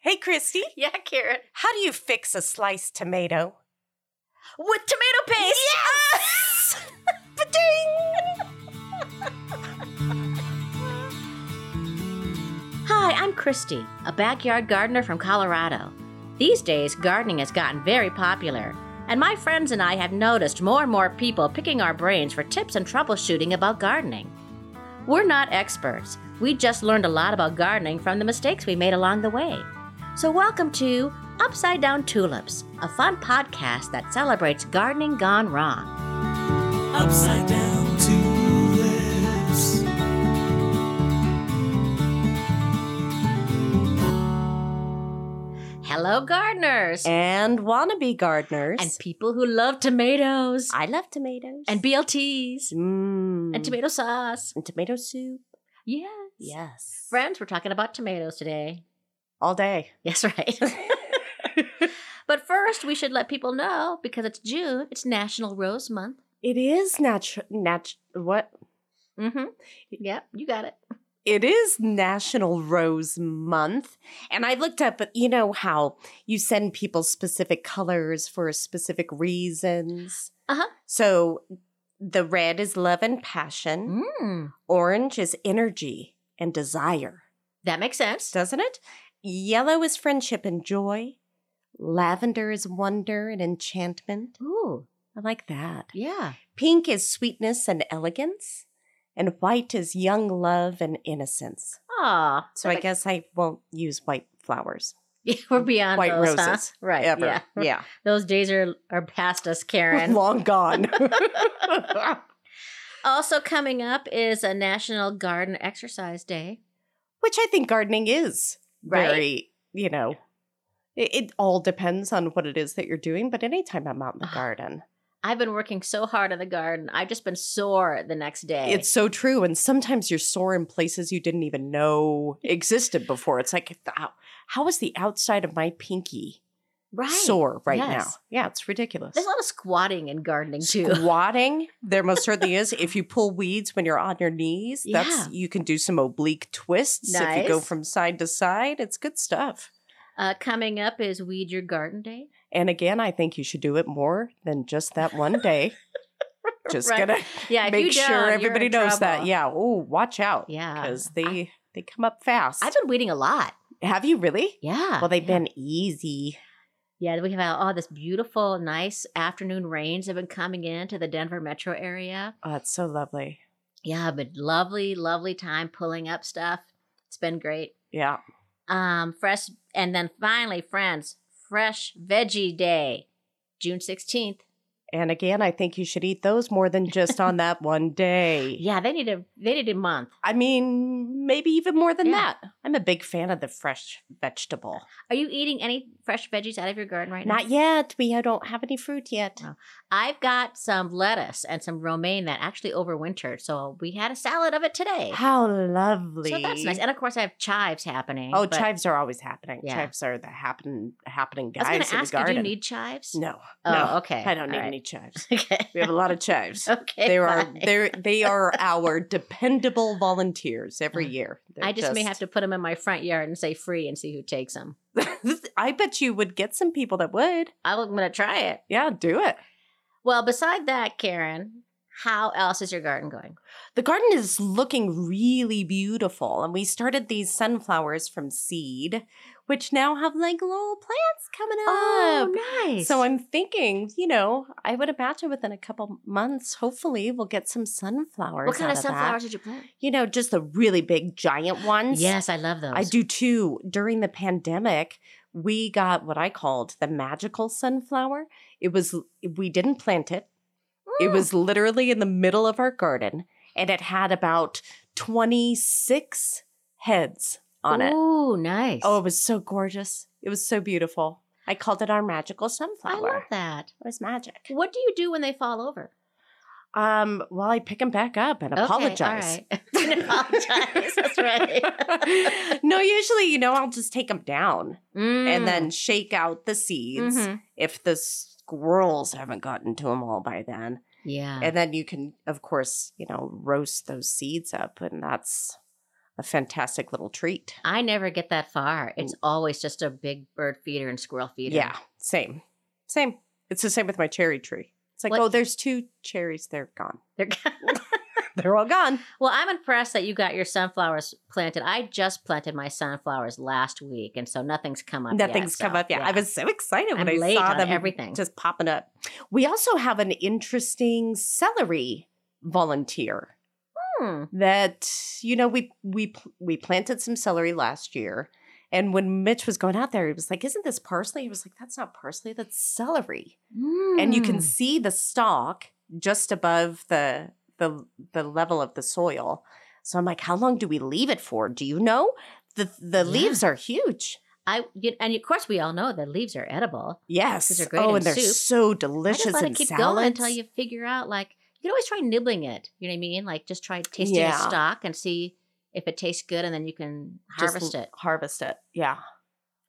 Hey, Christy, Yeah, Karen. how do you fix a sliced tomato? With tomato paste. Yes! Hi, I'm Christy, a backyard gardener from Colorado. These days, gardening has gotten very popular, and my friends and I have noticed more and more people picking our brains for tips and troubleshooting about gardening. We're not experts, we just learned a lot about gardening from the mistakes we made along the way. So, welcome to Upside Down Tulips, a fun podcast that celebrates gardening gone wrong. upside down tulips. Hello, gardeners! And wannabe gardeners. And people who love tomatoes I love tomatoes. and BLTs Mm. and tomato sauce. and tomato soup. Yes. Yes. Friends, we're talking about tomatoes today. All day. Yes, right. but first, we should let people know because it's June, it's National Rose Month. It is natural. Nat- what? Mm Mm-hmm. hmm. Yep, you got it. It is National Rose Month. And I looked up, you know how you send people specific colors for specific reasons. Uh-huh. So the red is love and passion, Mm. orange is energy and desire, That makes sense. doesn't it? Yellow is friendship and joy, lavender is wonder and enchantment. Ooh, I like that. yeah. Pink is sweetness and elegance, and white is young love and innocence. Aw. So I guess I won't use white flowers guess we're beyond White those, huh? roses. Right. ever. Yeah. Yeah. Those days are, are past us, Karen. Long gone. also, coming up is a National Garden Exercise Day. Which I think gardening is Right. very, you know, it, it all depends on what it is that you're doing. But anytime I'm out in the Ah. garden, I've been working so hard in the garden. I've just been sore the next day. it's so true. And sometimes you're sore in places you didn't even know existed before. It's like, how, how is the outside of my pinky right. sore right now? Yes. Yeah, it's ridiculous. There's a lot of squatting in gardening too. squatting there most certainly is if you pull weeds when you're on your knees that's Yeah. you can do some oblique twists if you go Nice. from side to side it's good stuff Uh, coming up is Weed Your Garden Day. and again i think you should do it more than just that one day just Right. gonna Yeah, if you make don't, sure you're everybody in knows that trouble. yeah oh watch out yeah. because they they come up fast I've been weeding a lot. have you really Yeah. well they've yeah. been easy Yeah, we have had all this beautiful, nice afternoon rains have been coming into the Denver metro area. oh it's so lovely Yeah, but lovely, lovely time pulling up stuff. It's been great. yeah Um, fresh, and then finally, friends, Fresh Veggie Day, June sixteenth. and again i think you should eat those more than just on that one day Yeah, they need a they need a month. I mean, maybe even more than Yeah. that. I'm a big fan of the fresh vegetable. Are you eating any fresh veggies out of your garden right now? Not yet. We don't have any fruit yet. Oh. I've got some lettuce and some romaine that actually overwintered, so we had a salad of it today. How lovely. So that's nice. And of course, I have chives happening. oh, but chives are always happening. Yeah. Chives are the happen, happening I guys was going in to the ask you, do garden. you need chives? no, Oh, no, okay. I don't need All any chives. right. Okay. We have a lot of chives. okay. They are fine. they they are our dependable volunteers every Uh, year. They're I just, may have to put them in my front yard and say free and see who takes them. I bet you would get some people that would. I'm going to try it. Yeah, do it. Well, beside that, Karen, how else is your garden going? The garden is looking really beautiful, and we started these sunflowers from seed, which now have like little plants coming up. Oh, nice. So I'm thinking, you know, I would imagine within a couple months, hopefully, we'll get some sunflowers. What kind out of that. sunflowers did you plant? You know, just the really big, giant ones. Yes, I love those. I do too. During the pandemic, we got what I called the magical sunflower. It was, we didn't plant it. It Mm. was literally in the middle of our garden and it had about 26 heads on it. Ooh, nice. Oh, it was so gorgeous. It was so beautiful. I called it our magical I sunflower. love that. It was magic. What do you do when they fall over? Um, well, I pick them back up and Okay, all apologize. right. And apologize. That's right. no, usually, you know, I'll just take them down Mm. and then shake out the seeds Mhm. if the squirrels haven't gotten to them all by then. yeah, and then you can of course you know roast those seeds up and that's a fantastic little treat. I never get that far. It's always just a big bird feeder and squirrel feeder. Yeah, same. Same. It's the same with my cherry tree. It's like, What- oh, there's two cherries. They're gone. They're- They're all gone. well, I'm impressed that you got your sunflowers planted. I just planted my sunflowers last week, and so nothing's come up. Nothing's yet, come so, up yet. I was so excited when i I'm late saw on them everything. just popping up. We also have an interesting celery volunteer Hmm. that you know we we pl- we planted some celery last year, and when Mitch was going out there, he was like, "Isn't this parsley?" He was like, "That's not parsley. That's celery." And you can Hmm. see the stalk just above the the the level of the soil. So I'm like, "How long do we leave it for? Do you know?" The the Yeah. leaves are huge. I you, and of course we all know that leaves are edible. Yes. they're great oh, in and they're soup. so I just delicious let in it keep salads. going until you figure out. Like you can always try nibbling it. You know what I mean? Like just try tasting Yeah. a stalk and see if it tastes good, and then you can Just harvest it. Harvest it. Yeah.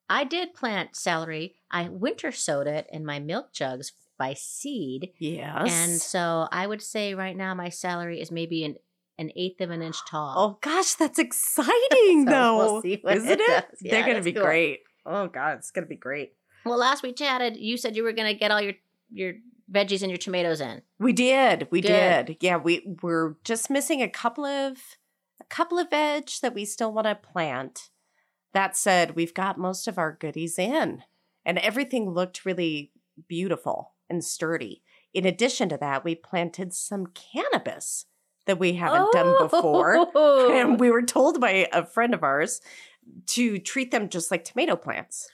I did plant celery. I winter sowed it in my milk jugs by seed. Yes. And so I would say right now my celery is maybe an, an eighth of an inch tall. oh gosh, that's exciting So though. we'll see what Isn't it it? does. Yeah, They're gonna that's be cool. great. Oh god, it's gonna be great. Well, last we chatted, you said you were going to get all your your veggies and your tomatoes in. We did. We Good. did. Yeah, we we're just missing a couple of a couple of veg that we still want to plant. That said, we've got most of our goodies in, and everything looked really beautiful and sturdy. In addition to that, we planted some cannabis that we haven't done before. Oh! And we were told by a friend of ours to treat them just like tomato plants.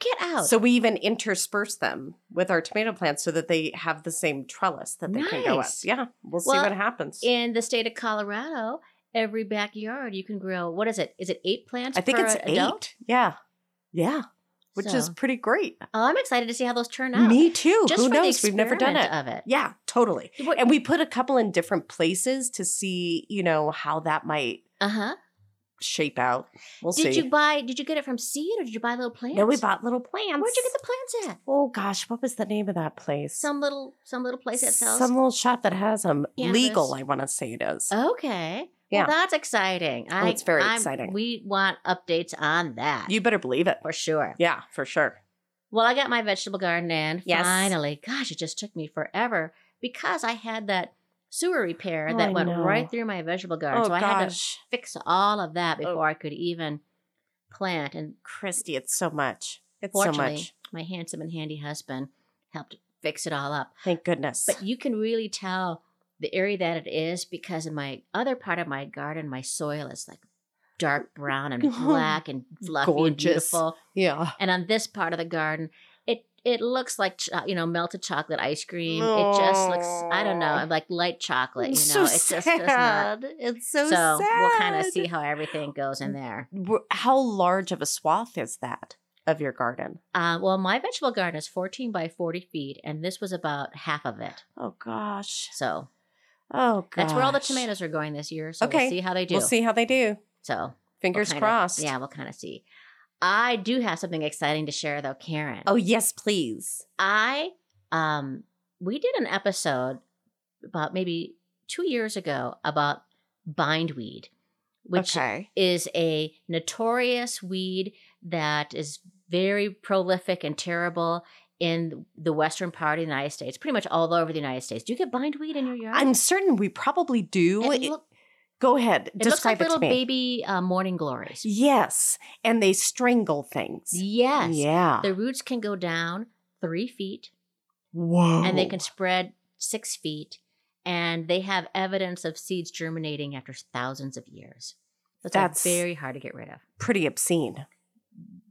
get out. So we even intersperse them with our tomato plants so that they have the same trellis that they can go up. Nice. Yeah, we'll, see Well, what happens. in the state of Colorado, every backyard you can grow. What is it? Is it eight plants? I think per it's eight. adult? Yeah, yeah, which is So- pretty great. Oh, I'm excited to see how those turn out. Me too. Just Who for the knows? We've never done it. experiment Of it. yeah, totally. What- And we put a couple in different places to see, you know, how that might uh-huh. shape out. We'll did see. you buy? Did you get it from seed or did you buy little plants? no, we bought little plants. Where'd you get the plants at? Oh gosh, what was the name of that place? Some little some little place that sells. some little shop that has them. Cannabis. Uh, Legal, I want to say it is. Okay. Yeah. Well, that's exciting. I, it's very I'm- exciting. We want updates on that you better believe it. for sure. Yeah, for sure. Well, I got my vegetable garden in Yes. finally. Gosh, it just took me forever because I had that sewer repair Oh, that I went know. right through my vegetable garden. oh so I had to gosh, fix all of that Oh. before I could even plant. And Christy, it's so much. It's so fortunately, much. my handsome and handy husband helped fix it all up. Thank goodness. But you can really tell the area that it is because in my other part of my garden, my soil is like dark brown and black and fluffy and Gorgeous. beautiful. yeah. And on this part of the garden, it it looks like cho- you know melted chocolate ice cream. It just looks I don't know Aw. like light chocolate. You know, It's it just does not. It's So, so, sad. Mm. we'll kind of see how everything goes in there. Wh- how large of a swath is that of your garden. Uh, well, my vegetable garden is 14 by 40 feet, and this was about half of it. Oh gosh. So Oh gosh. that's where all the tomatoes are going this year. So we'll Okay. see how they do. We'll see how they do. So we'll Fingers kinda- crossed. yeah, we'll kind of see. I do have something exciting to share though, Karen. Oh yes, please. I um we did an episode about maybe two years ago about bindweed, which okay. is a notorious weed that is very prolific and terrible in the western part of the United States, pretty much all over the United States. Do you get bindweed in your yard? I'm certain we probably do. it, It- look- Go ahead. it looks Describe like little it to me. baby uh, morning glories. Yes, and they strangle things. Yes. Yeah. The roots can go down three feet Whoa. and they can spread six feet. And they have evidence of seeds germinating after thousands of years. That's, That's- very hard to get rid of. pretty obscene.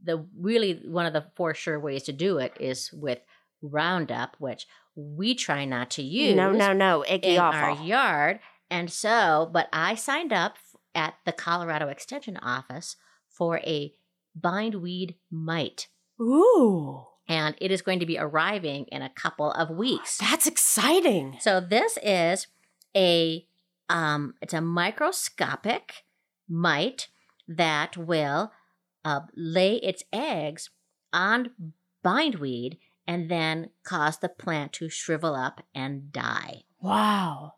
The really one of the for sure ways to do it is with Roundup, which we try not to use no, no, no, in icky our awful. yard. And so, but I signed up at the Colorado Extension office for a bindweed mite Ooh, and it is going to be arriving in a couple of weeks. that's exciting. So this is a um, it's a microscopic mite that will uh, lay its eggs on bindweed and then cause the plant to shrivel up and die. Wow.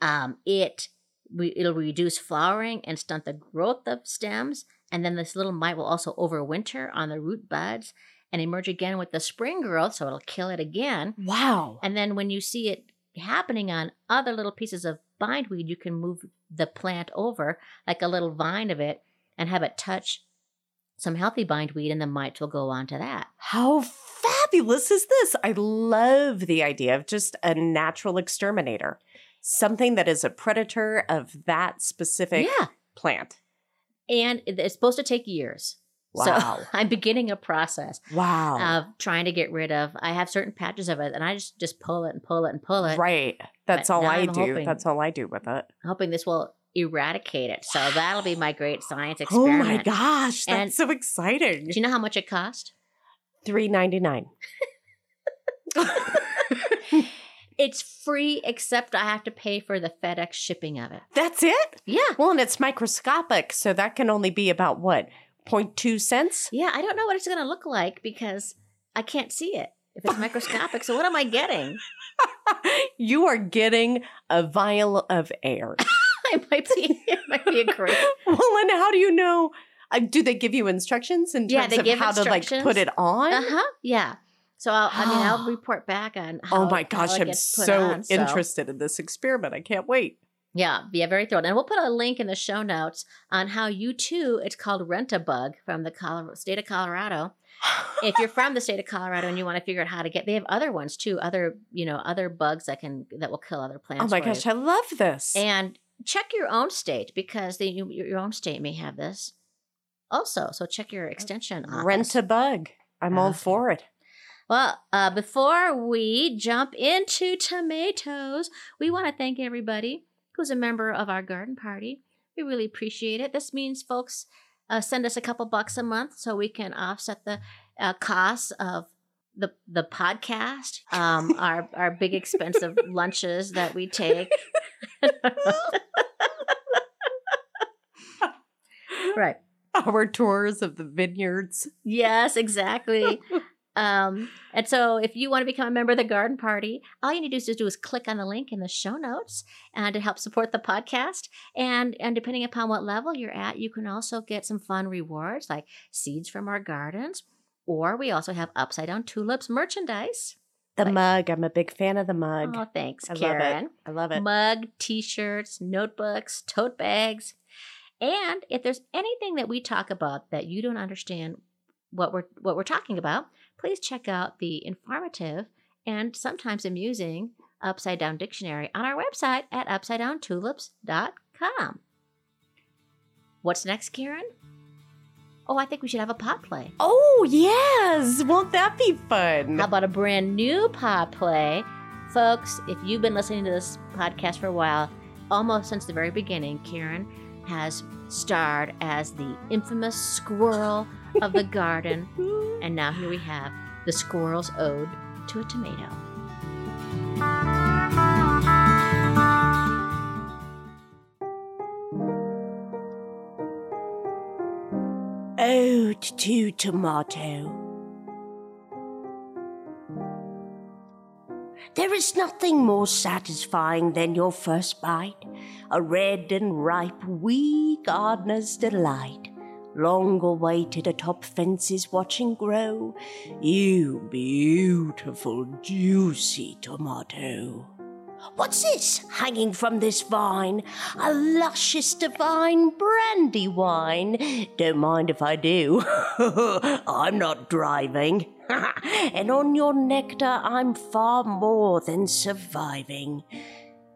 Um, it We, it'll reduce flowering and stunt the growth of stems. And then this little mite will also overwinter on the root buds and emerge again with the spring growth, so it'll kill it again. Wow. And then when you see it happening on other little pieces of bindweed, you can move the plant over like a little vine of it and have it touch some healthy bindweed, and the mites will go on to that. How fabulous is this? I love the idea of just a natural exterminator, something that is a predator of that specific Yeah. plant. And it- it's supposed to take years. Wow. So uh, I'm beginning a process wow. of trying to get rid of. I have certain patches of it, and I just just pull it and pull it and pull it, right. That's uh, but all now I I'm do. hoping- That's all I do with it. hoping this will eradicate it. So that'll be my great science Oh experiment. my gosh. That's And- so exciting. Do you know how much it cost? Three ninety nine. It's free, except I have to pay for the FedEx shipping of it. That's it? Yeah. Well, and it's microscopic, so that can only be about what? 0.2 cents? Yeah, I don't know what it's going to look like because I can't see it if it's microscopic. So what am I getting? you are getting a vial of air. I might be it might be a great. well, and how do you know? Uh, do they give you instructions in terms Yeah, they of give how to like put instructions. it on? Uh-huh. Yeah. So I'll, I mean, I'll report back on how Oh my how gosh, it I'm gets put so on, interested in this experiment. I can't wait. Yeah, yeah, very thrilled. And we'll put a link in the show notes on how you too, it's called Rent a Bug from the Colorado, state of Colorado. Oh if you're from the state of Colorado and you want to figure out how to get, they have other ones too, other, you know, other bugs that can, that will kill other plants. oh my for you. gosh, I love this. And check your own state because the, you, your own state may have this also. So check your extension office. Rent a bug. I'm all Okay. for it. Well, uh, before we jump into tomatoes, we want to thank everybody who's a member of our garden party. We really appreciate it. This means folks uh, send us a couple bucks a month so we can offset the uh, costs of the the podcast, um, our our big expensive lunches that we take. right. Our tours of the vineyards. Yes, exactly. um, and so if you want to become a member of the garden party, all you need to do is, do is click on the link in the show notes and to help support the podcast. And and depending upon what level you're at, you can also get some fun rewards like seeds from our gardens, or we also have upside down tulips merchandise. The Like- mug. I'm a big fan of the mug. Oh, thanks, I love it. Karen. I love it. Mug, t-shirts, notebooks, tote bags. And if there's anything that we talk about that you don't understand what we're what we're talking about, please check out the informative and sometimes amusing upside down dictionary on our website at upsidedowntulips.com. What's next, Karen? Oh, I think we should have a pot play. Oh, yes. Won't that be fun? How about a brand new pod play? Folks, if you've been listening to this podcast for a while, almost since the very beginning, Karen has starred as the infamous squirrel of the garden. And now here we have the squirrel's ode to a tomato. Ode to Tomato. There is nothing more satisfying than your first bite, a red and ripe wee gardener's delight. Long awaited atop fences watching grow, you beautiful, juicy tomato. What's this hanging from this vine? A luscious divine brandy wine. Don't mind if I do. I'm not driving. and on your nectar, I'm far more than surviving.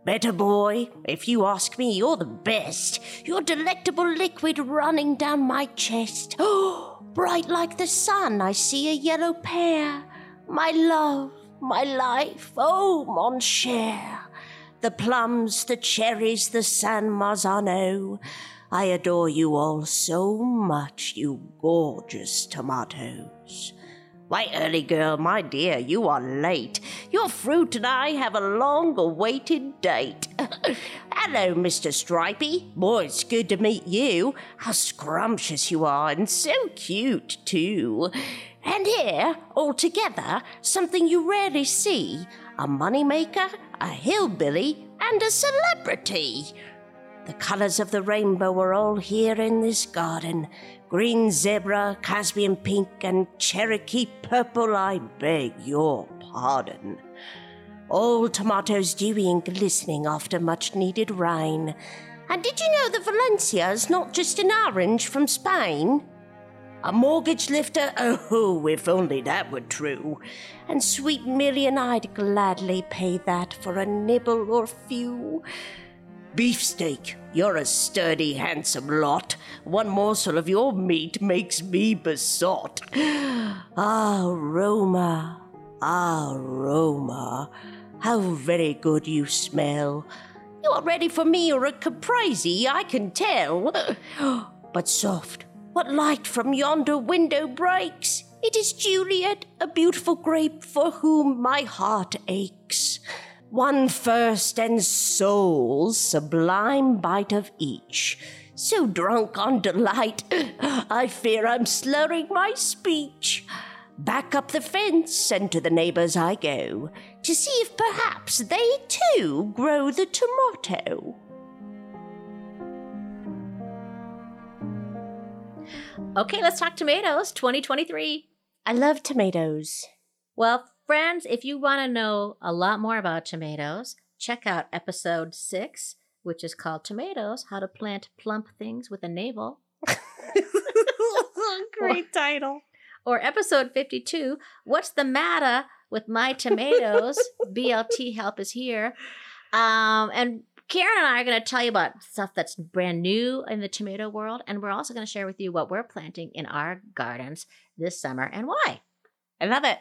Better boy, if you ask me, you're the best. Your delectable liquid running down my chest. Bright like the sun, I see a yellow pear. My love, my life, oh, mon cher. The plums, the cherries, the San Marzano. I adore you all so much, you gorgeous tomatoes. Why, early girl, my dear, you are late. Your fruit and I have a long awaited date. Hello, Mr. Stripey. Boy, it's good to meet you. How scrumptious you are, and so cute, too. And here, all together, something you rarely see a moneymaker, a hillbilly, and a celebrity. The colors of the rainbow are all here in this garden green zebra, Caspian pink, and Cherokee purple. I beg your pardon. All tomatoes dewy and glistening after much needed rain. And did you know that Valencia is not just an orange from Spain? A mortgage lifter? Oh, if only that were true. And sweet Million, I'd gladly pay that for a nibble or few. Beefsteak, you're a sturdy, handsome lot. One morsel of your meat makes me besot. Ah, Roma, ah, Roma, how very good you smell. You are ready for me or a caprese, I can tell. But soft, what light from yonder window breaks? It is Juliet, a beautiful grape for whom my heart aches. One first and soul's sublime bite of each. So drunk on delight, I fear I'm slurring my speech. Back up the fence and to the neighbors I go to see if perhaps they too grow the tomato. Okay, let's talk tomatoes 2023. I love tomatoes. Well, friends, if you want to know a lot more about tomatoes, check out episode six, which is called Tomatoes How to Plant Plump Things with a Navel, Great title. or episode 52, What's the Matter with My Tomatoes? BLT Help is here. Um, and Karen and I are going to tell you about stuff that's brand new in the tomato world, and we're also going to share with you what we're planting in our gardens this summer and why. I love it.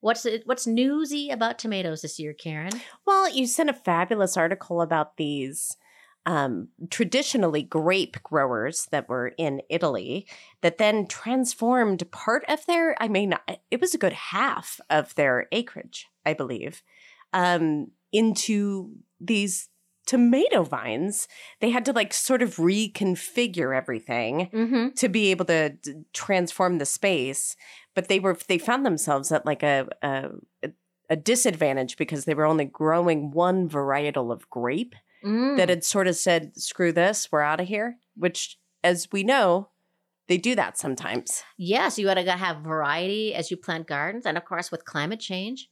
What's what's newsy about tomatoes this year, Karen? Well, you sent a fabulous article about these um, traditionally grape growers that were in Italy that then transformed part of their, I mean, it was a good half of their acreage, I believe, um, into these tomato vines. They had to like sort of reconfigure everything Mm-hmm. to be able to d- transform the space but they were they found themselves at like a a, a disadvantage because they were only growing one varietal of grape Hmm. that had sort of said screw this we're out of here which as we know they do that sometimes Yes, you got to have variety as you plant gardens. And of course, with climate change,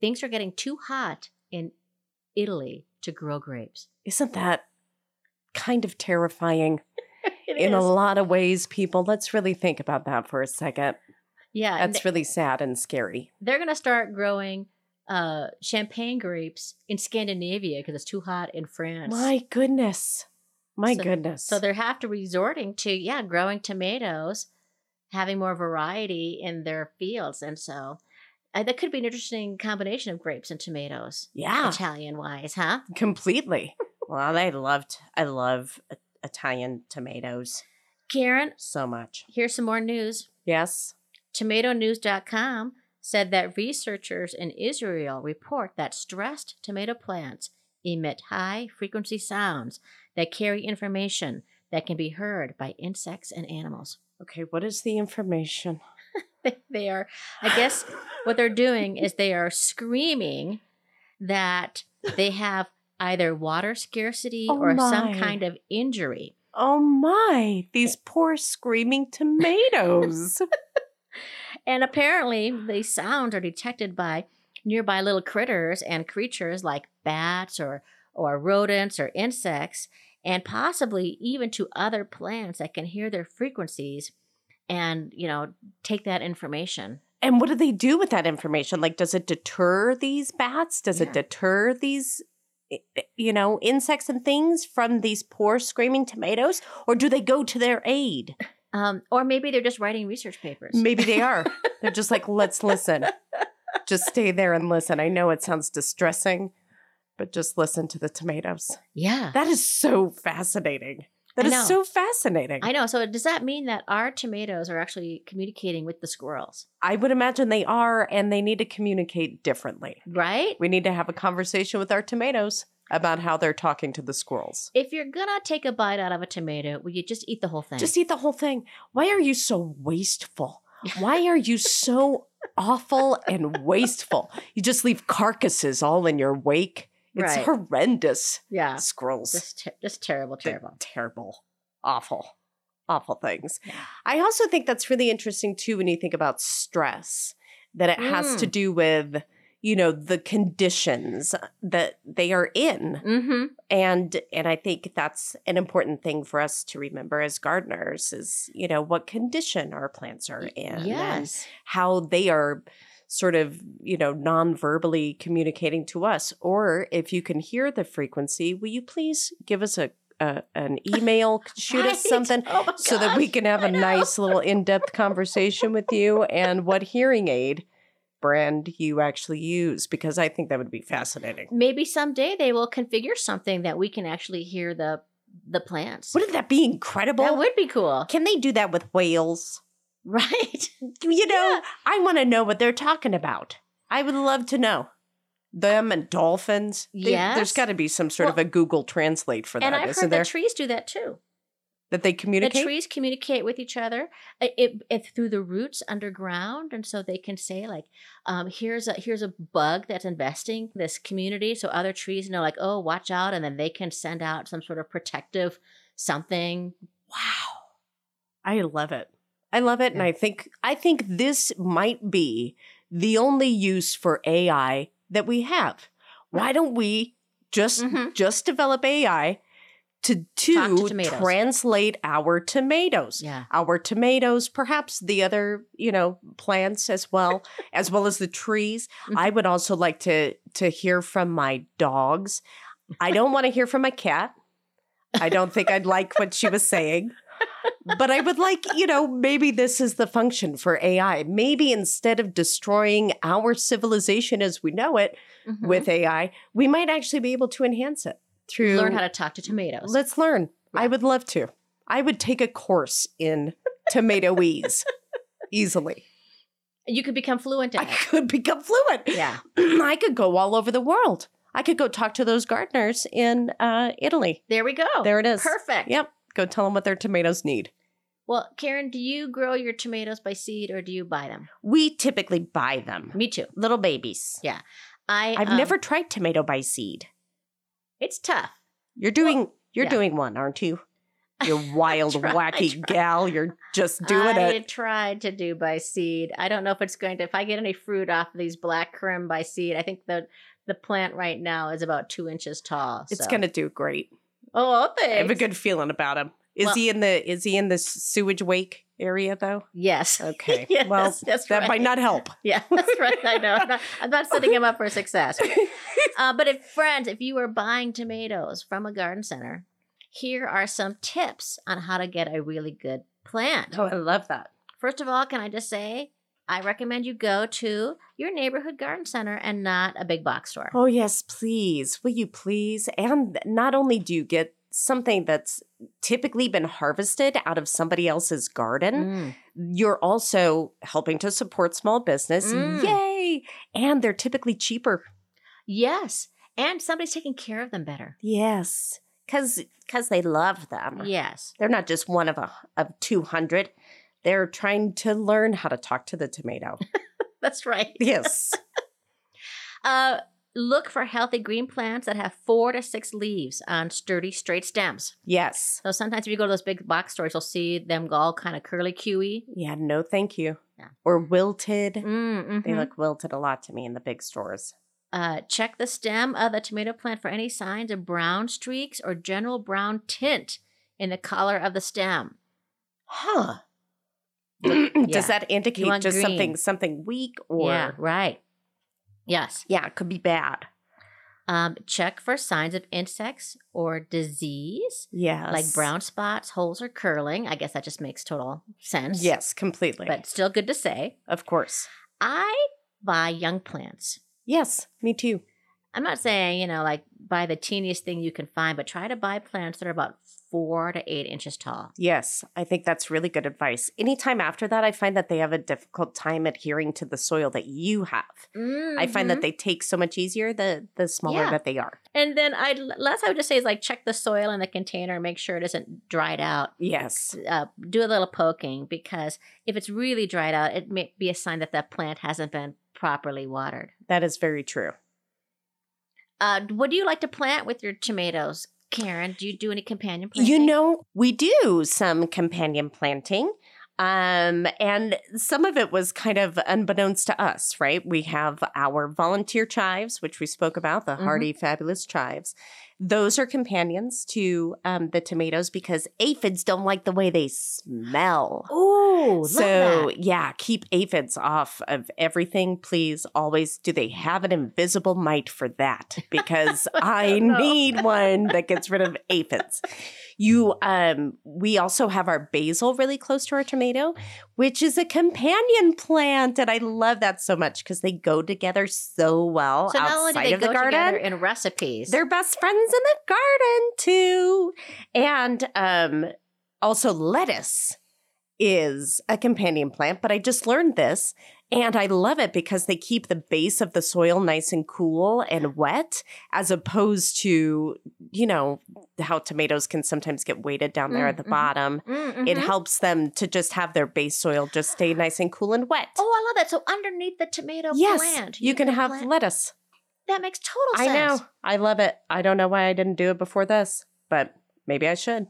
things are getting too hot in Italy to grow grapes. isn't that kind of terrifying It in a lot of ways people let's really think about that for a second yeah, and that's really sad and scary they're going to start growing uh, champagne grapes in Scandinavia because it's too hot in France. my goodness my So- goodness So they're have to resorting to, yeah, growing tomatoes, having more variety in their fields. And so uh, that could be an interesting combination of grapes and tomatoes, yeah Italian wise, huh? completely. well, I loved I love I- Italian tomatoes Karen, so much. here's some more news. Yes. TomatoNews.com said that researchers in Israel report that stressed tomato plants emit high frequency sounds that carry information that can be heard by insects and animals. Okay, what is the information? they are, I guess, what they're doing is they are screaming that they have either water scarcity Oh or some my. kind of injury. Oh my, these poor screaming tomatoes. And apparently, these sounds are detected by nearby little critters and creatures like bats or, or rodents or insects, and possibly even to other plants that can hear their frequencies and, you know, take that information. and what do they do with that information? Like does it deter these bats? Does Yeah. it deter these i- you know, insects and things from these poor screaming tomatoes or do they go to their aid? Um, or maybe they're just writing research papers. Maybe they are. They're just like, let's listen. Just stay there and listen. I know it sounds distressing, but just listen to the tomatoes. yeah. That is so fascinating. That I is know. so fascinating. I I, know. So, does that mean that our tomatoes are actually communicating with the squirrels, would imagine they are, and they need to communicate differently. right? We need to have a conversation with our tomatoes about how they're talking to the squirrels. If you're going to take a bite out of a tomato, will you just eat the whole thing? Just eat the whole thing. Why are you so wasteful? Why are you so awful and wasteful? You just leave carcasses all in your wake. It's Right. horrendous. Yeah. Scrolls. Just, ter- just terrible, They're terrible. terrible, awful, awful things. I also think that's really interesting too when you think about stress, that it has Mm. to do with, you know, the conditions that they are in. Mm-hmm. And and I think that's an important thing for us to remember as gardeners is, you know, what condition our plants are in. and Yes. how they are sort of, you know, non-verbally communicating to us. Or if you can hear the frequency, will you please give us a, a an email, shoot us Right. something Oh my so that we gosh. can have I a know. nice little in-depth conversation with you and what hearing aid brand you actually use because I think that would be fascinating. Maybe someday they will configure something that we can actually hear the the plants. Wouldn't that be incredible? that would be cool, can they do that with whales? right? You know, Yeah. I want to know what they're talking about. I would love to know. Them and dolphins. They- Yes. There's got to be some sort of a Google Translate for and that, I've not heard there? that trees do that too. that they The communicate? trees communicate with each other uh, it, it, through the roots underground, and so they can say like, um, "Here's a here's a bug that's investing this community." So other trees know like, "Oh, watch out!" And then they can send out some sort of protective something. Wow. I love it. I love it. And I think I think this might be the only use for AI that we have. Why don't we just Mhm. just develop AI to, Talk to Mm-hmm. to tomatoes. translate our tomatoes? Yeah. our tomatoes, perhaps the other, you know, plants as well, as well as the trees. Mm-hmm. I would also like to to hear from my dogs. I don't want to hear from my cat. I don't think I'd like what she was saying. But I would like, you know, maybe this is the function for AI. Maybe instead of destroying our civilization as we know it Mhm. with AI, we might actually be able to enhance it through learn how to talk to tomatoes. Let's learn. I would love to. I would take a course in tomatoese easily. you could become fluent in I it. could become fluent. Yeah. I could go all over the world. I could go talk to those gardeners in uh, Italy. There we go. There it is. Oh, Perfect. Yep. Go tell them what their tomatoes need. Well, Karen, do you grow your tomatoes by seed or do you buy them? We typically buy them, Me too. little babies. I I've um, never tried tomato by seed. It's tough. You're doing you're yeah. doing one, aren't you? You wild, tried, I wacky tried. gal. You're just doing I it. tried to do by seed. I don't know if it's going to. If I get any fruit off of these black crim by seed, I think the the plant right now is about two inches tall. It's so- gonna do great. Oh, I have thanks. a good feeling about him. Is Well- he in the is he in the sewage wake area though? yes. Okay. Yes, well, that's that right. might not help. Yeah, that's right. I know. I'm not, I'm not setting him up for success. Uh, but if friends, if you are buying tomatoes from a garden center, here are some tips on how to get a really good plant. I love that. First of all, can I just say I recommend you go to your neighborhood garden center and not a big box store. Oh yes, please. Will you please? And not only do you get something that's typically been harvested out of somebody else's garden, Mm. you're also helping to support small business. Mm. Yay! And they're typically cheaper. Yes, and somebody's taking care of them better. Yes. Cuz cuz they love them. Yes, They're not just one of a of 200. They're trying to learn how to talk to the tomato. that's right. Yes. Uh, look for healthy green plants that have four to six leaves on sturdy, straight stems. yes. So sometimes if you go to those big box stores, you'll see them all kind of curly, cuey. Yeah, no thank you. Yeah. Or wilted. Mm, They mhm. look wilted a lot to me in the big stores. Uh, check the stem of the tomato plant for any signs of brown streaks or general brown tint in the color of the stem. Huh. yeah. Does that indicate want just green. something something weak or yeah, right. Yes. Yeah, it could be bad. Um, check for signs of insects or disease, Yes. like brown spots, holes, or curling. I guess that just makes total sense. Yes, completely. But still good to say. of course. I buy young plants. Yes, me too. I'm not saying, you know, like buy the teeniest thing you can find, but try to buy plants that are about four to eight inches tall. Yes, I think that's really good advice. Anytime after that, I find that they have a difficult time adhering to the soil that you have. I find that they take so much easier the the smaller Mm-hmm. Yeah. that they are. And then I last I would just say is like check the soil in the container, make sure it isn't dried out. Yes. Uh, do a little poking because if it's really dried out, it may be a sign that that plant hasn't been properly watered. That is very true. Uh, what do you like to plant with your tomatoes, Karen? Do you do any companion planting? You know, we do some companion planting. Um, and some of it was kind of unbeknownst to us, right? We have our volunteer chives, which we spoke about, the Mhm. hardy, fabulous chives. Those are companions to um, the tomatoes because aphids don't like the way they smell. Ooh, love So, that. yeah, keep aphids off of everything, please. Always do they have an invisible mite for that? Because I know. need one that gets rid of aphids. You Mm-hmm. um we also have our basil really close to our tomato, which is a companion plant and I love that so much cuz they go together so well So not only do outside they of the go garden. together in recipes, They're best friends in the garden too. And um also lettuce is a companion plant, but I just learned this and I love it because they keep the base of the soil nice and cool and wet as opposed to, you know, how tomatoes can sometimes get weighted down there at the Mm, mhm. bottom. Mhm. It helps them to just have their base soil just stay nice and cool and wet. Oh, I love that. So underneath the tomato yes, plant, you can have plant- lettuce. that makes total I sense. know. I love it. I don't know why I didn't do it before this, but maybe I should.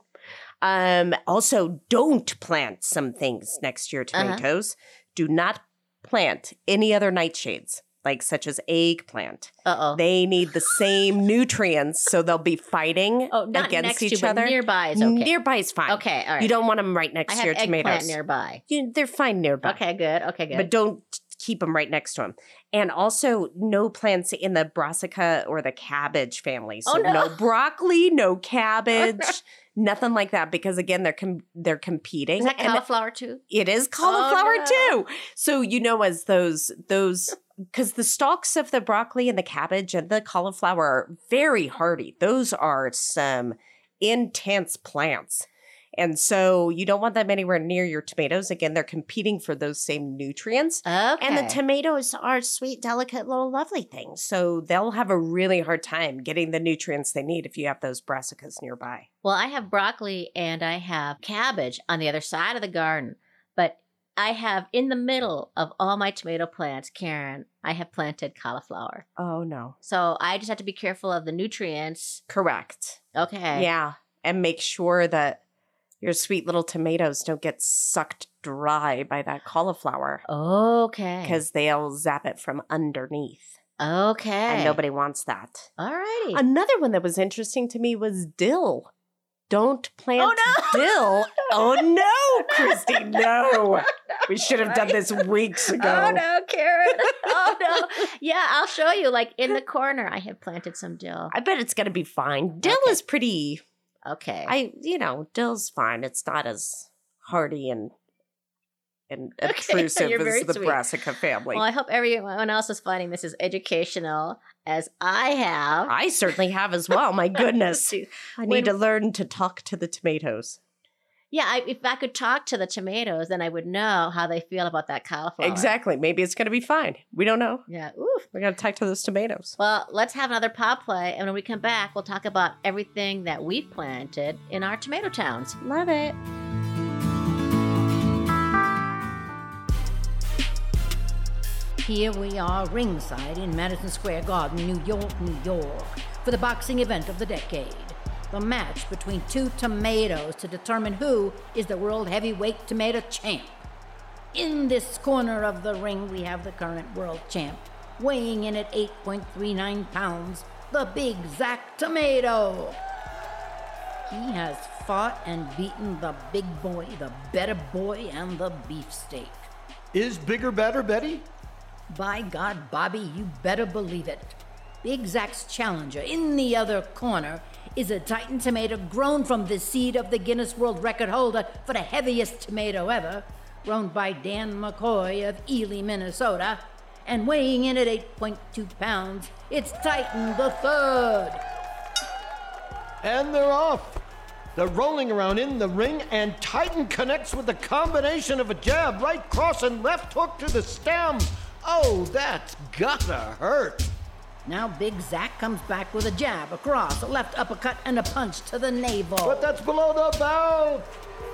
Um, also, don't plant some things next to your Uh-huh. tomatoes. Do not plant any other nightshades, like such as eggplant. Uh oh. They need the same nutrients, so they'll be fighting Oh, not against next each to, but other. nearby is okay. Nearby is fine. okay, all right. You don't want them right next I to have your eggplant tomatoes. nearby. You- they're fine nearby Okay, good. Okay, good. but don't keep them right next to them. And also, no plants in the brassica or the cabbage family. So Oh, no. no. broccoli, no cabbage, nothing like that. Because again, they're com- they're competing. is that And cauliflower too? it is cauliflower Oh, no. too. So you know, as those those because the stalks of the broccoli and the cabbage and the cauliflower are very hardy. Those are some intense plants. And so you don't want them anywhere near your tomatoes. Again, they're competing for those same nutrients. Okay. And the tomatoes are sweet, delicate, little lovely things. So they'll have a really hard time getting the nutrients they need if you have those brassicas nearby. Well, I have broccoli and I have cabbage on the other side of the garden, but I have in the middle of all my tomato plants, Karen, I have planted cauliflower. Oh, no. So I just have to be careful of the nutrients. Correct. Okay. Yeah. And make sure that your sweet little tomatoes don't get sucked dry by that cauliflower Okay. because they'll zap it from underneath. okay. And nobody wants that. All Another one that was interesting to me was dill. Don't plant Oh, no. dill. Oh no, Christy, no. We should have done this weeks ago. Oh no, Karen. oh no. Yeah, I'll show you. Like in the corner, I have planted some dill. I bet it's gonna be fine. Dill Okay. is pretty Okay. I you know, dill's fine. It's not as hardy and and Okay, obtrusive you're very as the sweet. brassica family. well, I hope everyone else is finding this as educational as I have. I certainly have as well. My goodness. Jeez. I When- need to learn to talk to the tomatoes. Yeah, I, if I could talk to the tomatoes, then I would know how they feel about that cauliflower. Exactly. Maybe it's gonna be fine. We don't know. Yeah. Oof. We gotta talk to those tomatoes. Well, let's have another pop play, and when we come back, we'll talk about everything that we've planted in our tomato towns. Love it. Here we are ringside in Madison Square Garden, New York, New York, for the boxing event of the decade. The match between two tomatoes to determine who is the world heavyweight tomato champ. In this corner of the ring, we have the current world champ, weighing in at 8.39 pounds, the big Zach Tomato. He has fought and beaten the big boy, the better boy, and the beefsteak. Is bigger better, Betty? By God, Bobby, you better believe it. Big Zach's challenger in the other corner is a Titan tomato grown from the seed of the Guinness World Record holder for the heaviest tomato ever, grown by Dan McCoy of Ely, Minnesota, and weighing in at 8.2 pounds, it's Titan the Third. And they're off. They're rolling around in the ring, and Titan connects with a combination of a jab, right cross, and left hook to the stem. Oh, that's gotta hurt. Now Big Zach comes back with a jab, a cross, a left uppercut, and a punch to the navel. But that's below the belt.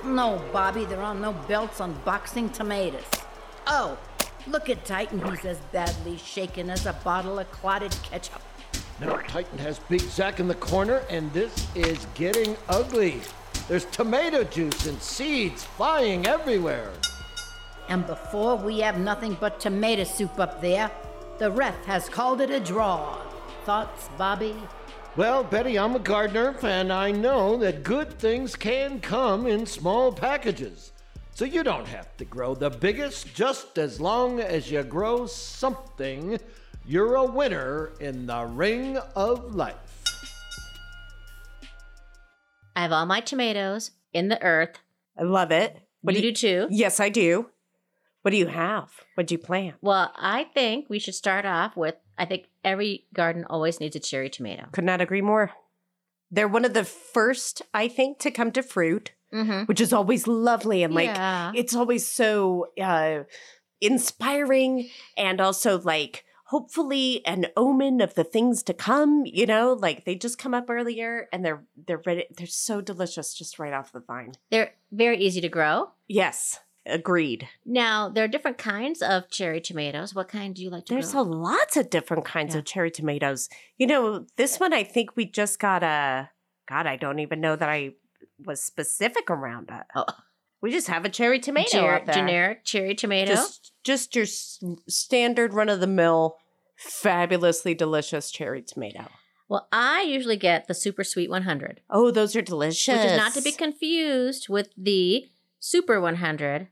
No, Bobby, there are no belts on boxing tomatoes. Oh, look at Titan. He's as badly shaken as a bottle of clotted ketchup. Now Titan has Big Zack in the corner, and this is getting ugly. There's tomato juice and seeds flying everywhere. And before we have nothing but tomato soup up there, the ref has called it a draw. Thoughts, Bobby? Well, Betty, I'm a gardener, and I know that good things can come in small packages. So you don't have to grow the biggest, just as long as you grow something, you're a winner in the ring of life. I have all my tomatoes in the earth. I love it. What you do do, you too. Yes, I do. What do you have? What do you plant? Well, I think we should start off with I think every garden always needs a cherry tomato. Could not agree more. They're one of the first, I think, to come to fruit, Mm-hmm. which is always lovely and like Yeah. it's always so uh, inspiring and also like hopefully an omen of the things to come. You know, like they just come up earlier and they're they're ready. They're so delicious just right off the vine. They're very easy to grow. Yes, agreed. Now, there are different kinds of cherry tomatoes. What kind do you like to There's a grow? lots of different kinds Yeah. of cherry tomatoes. You know, this one I think we just got a God, I don't even know that I was specific around it. Oh. We just have a cherry tomato Ger- out there. generic cherry tomato. Just just your s- standard run of the mill fabulously delicious cherry tomato. well, I usually get the super sweet 100, Oh, those are delicious. which is not to be confused with the super 100.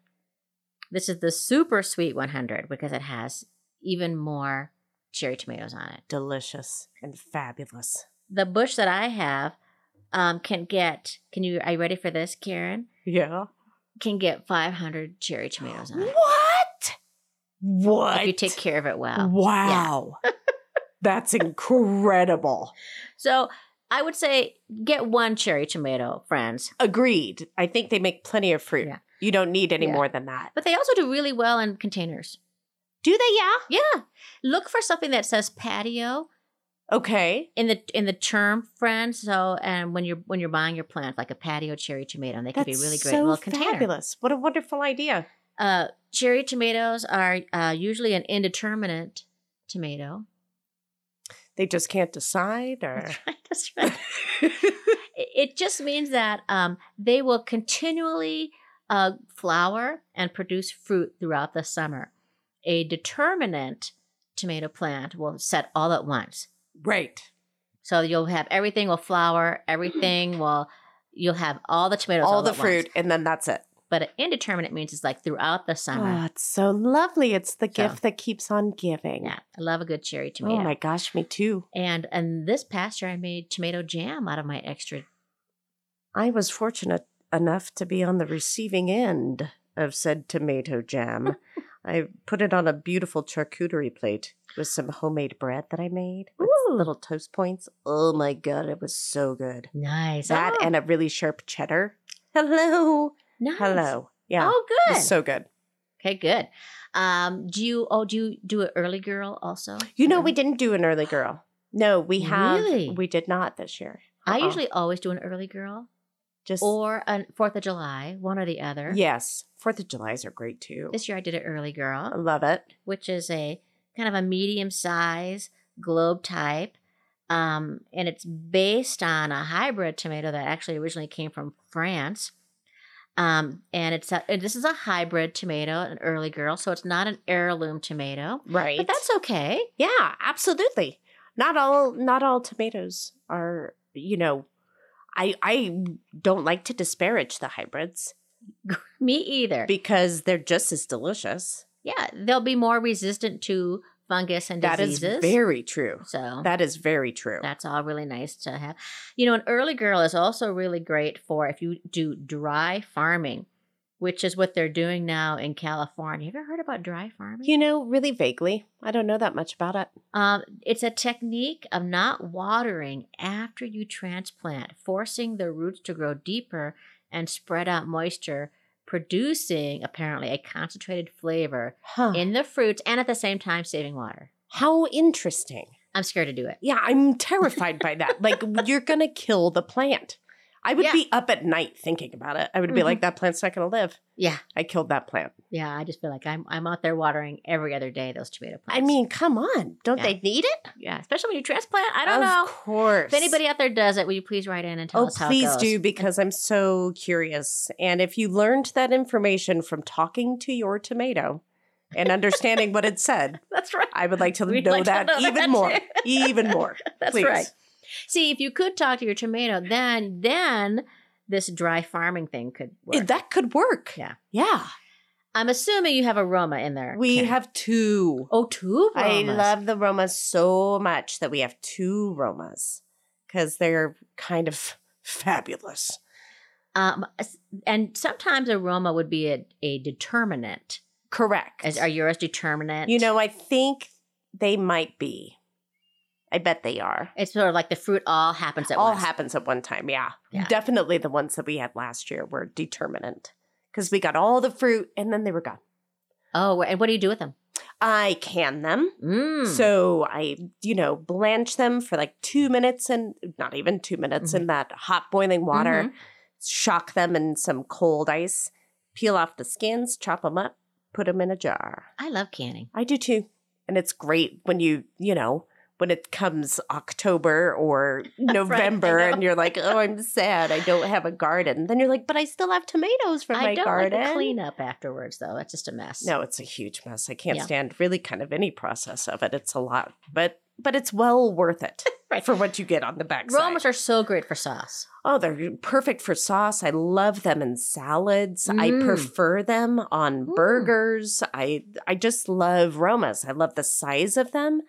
This is the super sweet 100 because it has even more cherry tomatoes on it. delicious and fabulous. The bush that I have um, can get, can you, are you ready for this, Karen? Yeah. Can get 500 cherry tomatoes on it What? What? Mm-hmm. if you take care of it well. Wow. That's incredible. So I would say get one cherry tomato, friends. Agreed. I think they make plenty of fruit. Yeah. You don't need any Yeah. more than that. But they also do really well in containers. Do they? Yeah. Yeah. Look for something that says patio Okay. in the in the term, friends. So and when you're when you're buying your plants, like a patio cherry tomato, and they could That's be really great so little container. fabulous. What a wonderful idea. Uh, cherry tomatoes are uh, usually an indeterminate tomato. They just can't decide, or That's right. That's right. it it just means that um, they will continually uh, flower and produce fruit throughout the summer. A determinate tomato plant will set all at once. right. So you'll have everything will flower, everything will, you'll have all the tomatoes, all, All the at once. fruit, and then that's it. But an indeterminate means it's like throughout the Oh, summer. it's so lovely. It's the Uh-huh. So- gift that keeps on giving. yeah, I love a good cherry Oh tomato. my gosh, me too. and and this past year I made tomato jam out of my extra. I was fortunate enough to be on the receiving end of said tomato jam. I put it on a beautiful charcuterie plate with some homemade bread that I made with little toast points. Oh my god, it was so good. Nice. That Oh, and a really sharp cheddar. Hello. nice. Hello. Yeah. Oh, It good. was so good. okay, good. Um, do you? Oh, do you do an early girl also? You know, we didn't do an early girl. No, we have Really? we did not this year. I Uh-uh. usually always do an early girl just or a Fourth of July, one or the other. Yes. Fourth of July's are great too. This year I did an early I girl, love it. which is a kind of a medium size globe type. Um, and it's based on a hybrid tomato that actually originally came from France. Um, and it's a, and this is a hybrid tomato, an early girl, so it's not an heirloom tomato, Right. but that's okay. Yeah, absolutely. Not all not all tomatoes are, you know, I I don't like to disparage the hybrids Me either. because they're just as delicious. yeah, they'll be more resistant to fungus and That is diseases. very true. so Um, That is very true. that's all really nice to have. You know, an early girl is also really great for if you do dry farming, which is what they're doing now in California. Have you ever heard about dry farming? You know, really vaguely. I don't know that much about it. Um, it's a technique of not watering after you transplant, forcing the roots to grow deeper and spread out moisture, producing apparently a concentrated flavor Huh. in the fruits and at the same time saving water. How interesting. I'm scared to do it. Yeah, Mm-hmm. I'm terrified by that. Like you're going to kill the plant. I would Yeah. be up at night thinking about it. I would be like, that plant's not going to live. Yeah. I killed that plant. Yeah. I just feel like I'm I'm out there watering every other day those tomato I plants. mean, come on. Don't Yeah. they need it? yeah, especially when you transplant. I don't of know. course. If anybody out there does it, will you please write in and tell Oh, us how it please goes? do because I'm so curious. And if you learned that information from talking to your tomato and understanding what it said, That's right. I would like to We'd know like to that know even that more. too. Even more. That's Please. right. See, if you could talk to your tomato, then then this dry farming thing could work. It- Eh, That could work. Yeah. Yeah. I'm assuming you have a Roma in there. We Karen. have two. oh two I Romas. love the Romas so much that we have two Romas because they're kind of fabulous. Um, s- and sometimes a Roma would be a, a determinant. Correct. Is, are yours determinant? you know, I think they might be. I bet they are. it's sort of like the fruit all happens at all once. happens at one time. Yeah. Yeah. Definitely the ones that we had last year were determinant because we got all the fruit and then they were gone. oh, and what do you do with them? I can them. Hmm. Mm. So I, you know, blanch them for like two minutes and not even two minutes in that hot boiling water, shock them in some cold ice, peel off the skins, chop them up, put them in a jar. I love canning. I do too. And it's great when you, you know, when it comes October or November know. and you're like, oh, I'm sad. I don't have a garden. Then you're like, but I still have tomatoes from I my don't garden. like the cleanup afterwards, though. It's just a mess. No, it's a huge mess. I can't Yeah. stand really kind of any process of it. It's a lot, but but it's well worth it Right. for what you get on the backside. Romas are so great for sauce. Oh, they're perfect for sauce. I love them in salads. I Mm. prefer them on Mm. burgers. I I just love Romas. I love the size of them.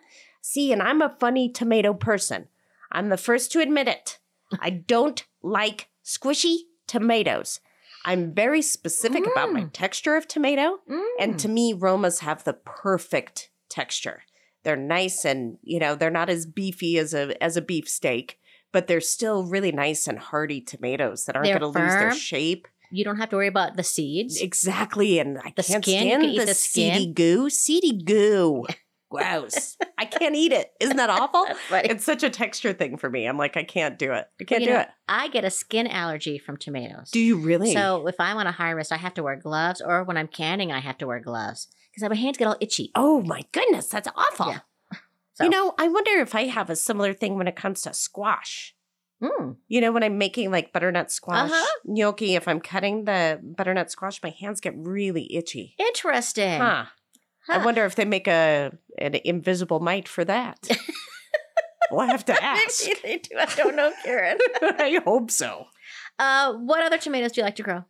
See, and I'm a funny tomato person. I'm the first to admit it. I don't like squishy tomatoes. I'm very specific about Mm. my texture of tomato, and to me Romas have the perfect texture. They're nice and, you know, they're not as beefy as a as a beef steak but they're still really nice and hearty tomatoes that aren't They're going to lose their firm. shape. You don't have to worry about the seeds. Exactly, and I The can't skin, you stand can eat the, the skin. seedy goo. Seedy goo. Gross. I can't eat it. Isn't that awful? That's funny. It's such a texture thing for me. I'm like, I can't do it. I But, can't you do know, it. I get a skin allergy from tomatoes. Do you really? So if I want to harvest, I have to wear gloves, or when I'm canning, I have to wear gloves because my hands get all itchy. oh my goodness, that's awful. Yeah. So- You know, I wonder if I have a similar thing when it comes to squash. Mm. You know, when I'm making like butternut squash Uh-huh. gnocchi, if I'm cutting the butternut squash, my hands get really itchy. Interesting. Huh. I Huh. wonder if they make a an invisible mite for that. we'll have to ask. Maybe they do. I don't know, Karen. I hope so. uh, what other tomatoes do you like to grow?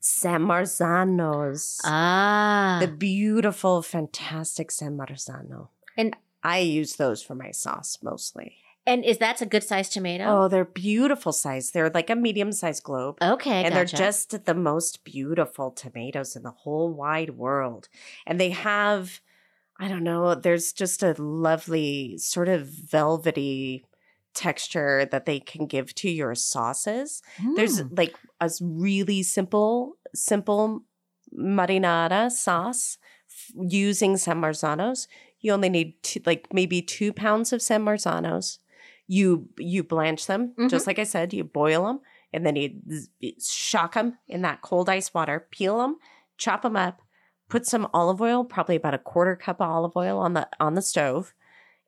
San Marzano's. Ah, the beautiful, fantastic San Marzano. And- I use those for my sauce mostly. and is that's a good sized tomato? Oh, they're beautiful size. They're like a medium sized globe. okay, Oh, and gotcha. they're just the most beautiful tomatoes in the whole wide world. And they have, I don't know, there's just a lovely sort of velvety texture that they can give to your sauces. There's Mm. like a s- really simple, simple marinara sauce f- using San Marzanos. You only need two, like maybe two pounds of San Marzanos. You you blanch them just like I said. You boil them and then you z- shock them in that cold ice water. Peel them, chop them up, put some olive oil, probably about a quarter cup of olive oil on the on the stove,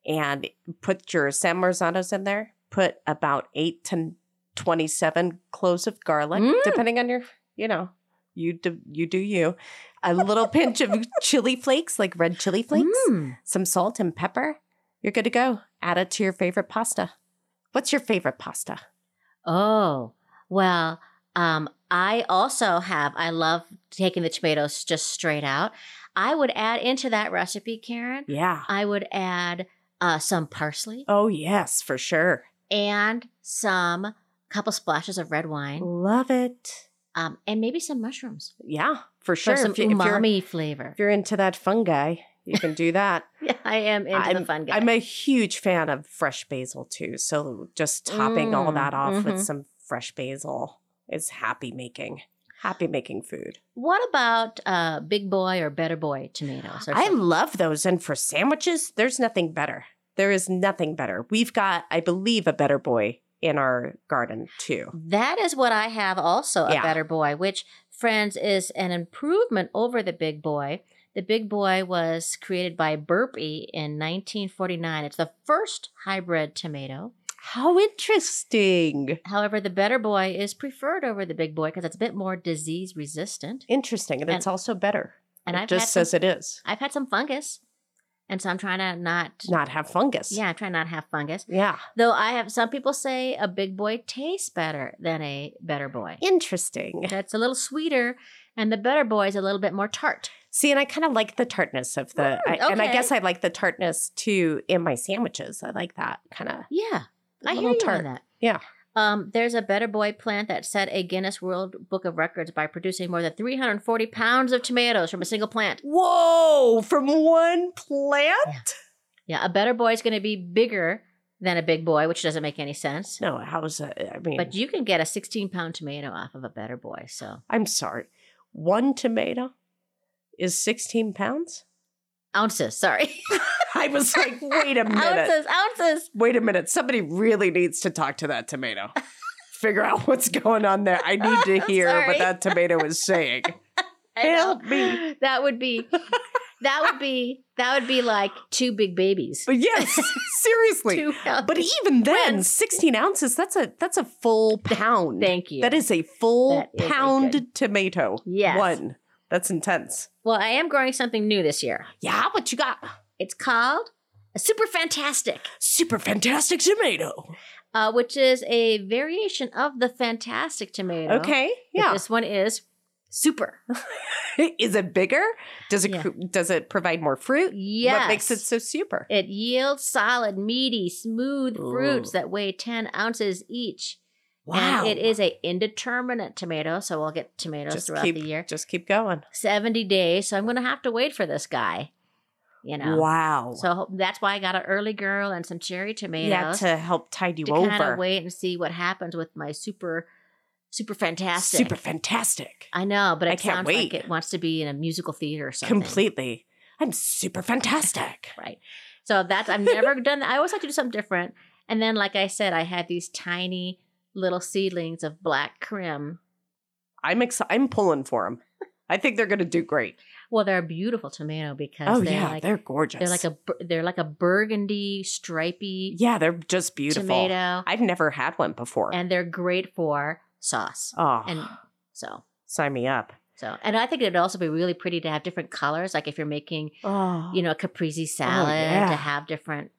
and put your San Marzanos in there. Put about eight to twenty-seven cloves of garlic, Mm. depending on your you know you do, you do you. A little pinch of chili flakes, like red chili flakes, Mm. some salt and pepper. You're good to go. Add it to your favorite pasta. What's your favorite pasta? Oh well, um, I also have. I love taking the tomatoes just straight out. I would add into that recipe, Karen. Yeah. I would add uh, some parsley Oh, yes, for sure. and some couple splashes of red wine, Love it. um, and maybe some mushrooms Yeah, for sure. for some if, you, are umami flavor. if you're into that fungi, you can do that. Yeah, I am into I'm, the fun guy. I'm a huge fan of fresh basil too. So just topping all Mm, that off with mhm. some fresh basil is happy making. Happy making food. what about uh, big boy or better boy tomatoes? Or I some- love those. And for sandwiches, there's nothing better. There is nothing better. We've got, I believe, a better boy in our garden too. That is what I have also, a Yeah. better boy, which, friends, is an improvement over the big boy. The big boy was created by Burpee in 1949. It's the first hybrid tomato. How interesting. However, the better boy is preferred over the big boy because it's a bit more disease resistant. Interesting. And, it's And- also better. And it I've just had says some, it is. I've had some fungus, and so I'm trying to not. Not have fungus. Yeah, I'm trying not to have fungus. Yeah. Though I have some people say a big boy tastes better than a better boy. Interesting. That's a little sweeter, and the better boy is a little bit more tart. See, and I kind of like the tartness of the, I, Mm, and I okay. guess I like the tartness too in my sandwiches. I like that kind of. Yeah, A I hear little you tart. on that. Yeah. Um, there's a better boy plant that set a Guinness World Book of Records by producing more than 340 pounds of tomatoes from a single plant. Whoa! From one plant? Yeah, a better boy is going to be bigger than a big boy, which doesn't make any sense. No, how's that? I mean, But you can get a 16 pound tomato off of a better boy. So I'm sorry. One tomato is 16 pounds? ounces, sorry. I was like, wait a minute. ounces, ounces. Wait a minute. Somebody really needs to talk to that tomato. Figure out what's going on there. I need to hear what Sorry. that tomato is saying. I know. Help me. That would be, that would be, that would be like two big babies. But yes, seriously. Two pounds. But even then, 16 ounces, that's a that's a full pound. Thank you. That is a full That is a pound good- tomato. Yes. One. That's intense. Well, I am growing something new this year. Yeah, what you got? It's called a super fantastic, Super fantastic tomato. uh, which is a variation of the fantastic tomato. Okay. But Yeah. This one is super. is it bigger? Does it Yeah. cr- does it provide more fruit? Yes. What makes it so super? It yields solid, meaty, smooth fruits Ooh. that weigh 10 ounces each. wow. And it is a indeterminate tomato, so we'll get tomatoes just throughout keep the year. just keep going. 70 days, so I'm going to have to wait for this guy. You know. Wow. So ho- that's why I got an early girl and some cherry tomatoes. yeah, to help tide you to kind over. of wait and see what happens with my super, super fantastic. Super fantastic. I know, but it I can't sounds wait. like it wants to be in a musical theater or something. Completely. I'm super fantastic. Right. So that's I've never done that. I always like to do something different. And then, like I said, I had these tiny little seedlings of black crim. I'm excited. I'm pulling for them. I think they're going to do great. Well, they're a beautiful tomato because Oh they're yeah, like they're gorgeous. they're like a bur- they're like a burgundy stripy yeah, they're just beautiful. tomato, I've never had one before. and they're great for sauce. oh, And so sign me up. so, and I think it'd also be really pretty to have different colors. Like if you're making Oh, you know a caprese salad, yeah. to have different.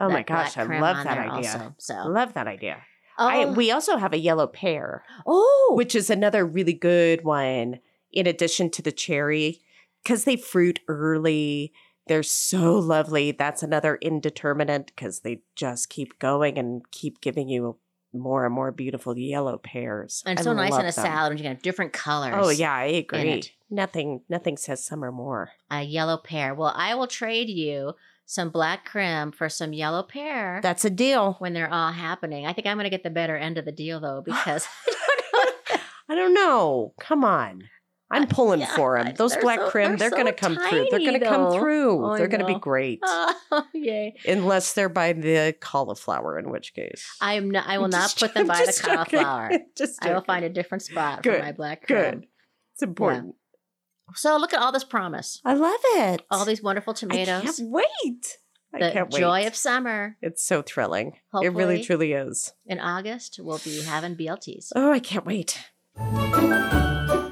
oh my that black gosh, I creme love on that there idea. Also. So I love that idea. I, Oh. we also have a yellow pear, Oh, which is another really good one in addition to the cherry because they fruit early. They're so lovely. That's another indeterminate because they just keep going and keep giving you more and more beautiful yellow pears. and I it's so nice in love a them. salad when you can have different colors. Oh yeah, I agree. it. Nothing, nothing says summer more. a yellow pear. Well, I will trade you some black creme for some yellow pear That's a deal. when they're all happening. I think I'm going to get the better end of the deal though because I don't know. Come on, I'm pulling yeah, for them. Those they're black so- crim, they're they're going to come so through. They're going tiny, to come though. through. I they're going to be know. great, oh, yay. unless they're by the cauliflower, in which case I am not I I'm will not just- put them I'm by the just joking. cauliflower. just I will joking. find a different spot Good, for my black creme. good. It's important. So look at all this promise. I love it. All these wonderful I tomatoes. can't wait. I The can't wait. joy of summer it's so thrilling. it Hopefully. really, truly is. in August, we'll be having BLTs. Oh, I can't wait.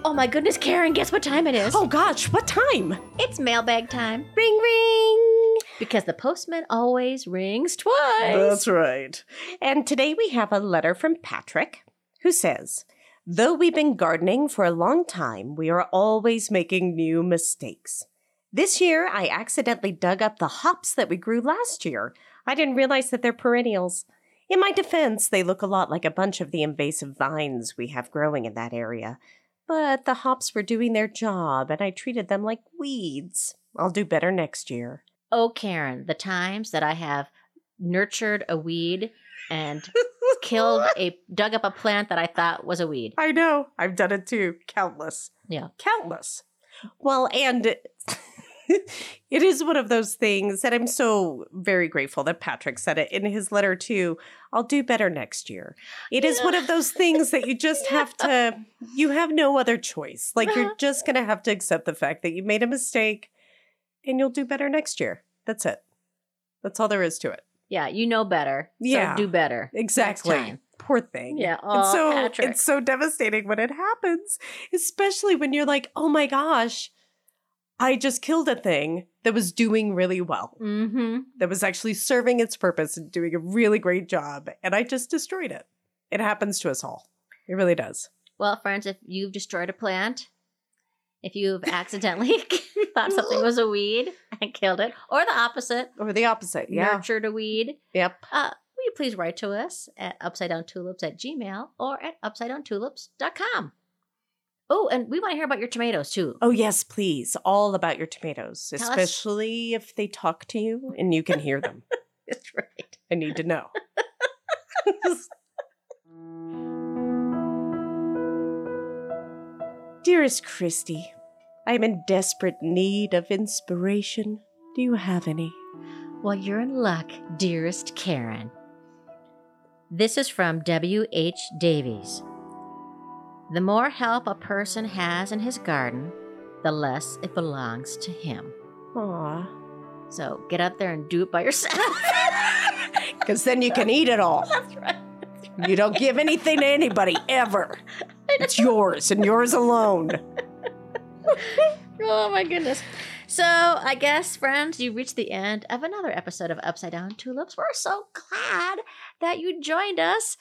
Oh my goodness, Karen, guess what time it is? Oh gosh, what time? It's mailbag time. Ring, ring. Because the postman always rings twice. That's right. And today we have a letter from Patrick who says, Though we've been gardening for a long time, we are always making new mistakes. This year, I accidentally dug up the hops that we grew last year. I didn't realize that they're perennials. In my defense, they look a lot like a bunch of the invasive vines we have growing in that area. But the hops were doing their job, and I treated them like weeds. I'll do better next year. Oh, Karen, the times that I have nurtured a weed and killed a dug up a plant that I thought was a weed. I know. I've done it too. Countless. Yeah. Countless. Well, and it is one of those things that I'm so very grateful that Patrick said it in his letter too. I'll do better next year. It is one of those things that you just have to you have no other choice. Like you're just going to have to accept the fact that you made a mistake and you'll do better next year. That's it. That's all there is to it. Yeah, you know better. so Yeah. do better. Exactly. time. Poor thing. Yeah. It's Aw, so Patrick. it's so devastating when it happens, especially when you're like, "Oh my gosh, I just killed a thing that was doing really well, Mm-hmm. that was actually serving its purpose and doing a really great job, and I just destroyed it." It happens to us all. It really does. Well, friends, if you've destroyed a plant, if you've accidentally thought something was a weed and killed it, or the opposite, Or the opposite. Yeah. nurtured a weed, Yep. uh, will you please write to us at upside down tulips at gmail or at upside down tulips.com? Oh, and we want to hear about your tomatoes too. Oh yes, please. All about your tomatoes, Tell us. especially if they talk to you and you can hear them. That's right. I need to know. Dearest Christy, I am in desperate need of inspiration. Do you have any? Well, you're in luck, dearest Karen. This is from W.H. Davies. The more help a person has in his garden, the less it belongs to him. Aw. So get out there and do it by yourself. Because then you can eat it all. That's right. You don't give anything to anybody, ever. It's yours and yours alone. Oh my goodness. So I guess, friends, you reached the end of another episode of Upside Down Tulips. We're so glad that you joined us.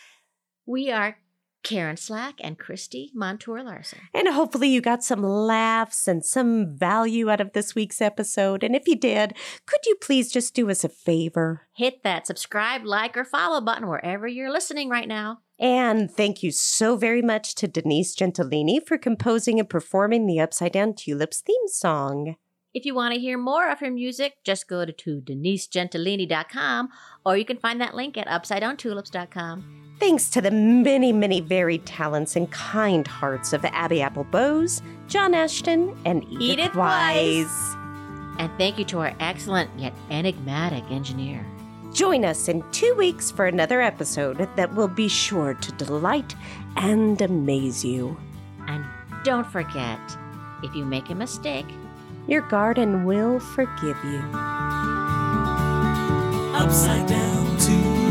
We are Karen Slack and Christy Montour Larson. And hopefully, you got some laughs and some value out of this week's episode. And if you did, could you please just do us a favor? Hit that subscribe, like, or follow button wherever you're listening right now. And thank you so very much to Denise Gentilini for composing and performing the Upside Down Tulips theme song. If you want to hear more of her music, just go to, to denisegentilini.com or you can find that link at upsidedowntulips.com. Thanks to the many, many varied talents and kind hearts of Abby Apple Bowes, John Ashton, and Edith, Edith Wise. Wise. And thank you to our excellent yet enigmatic engineer. Join us in two weeks for another episode that will be sure to delight and amaze you. And don't forget, if you make a mistake, Your garden will forgive you. upside down to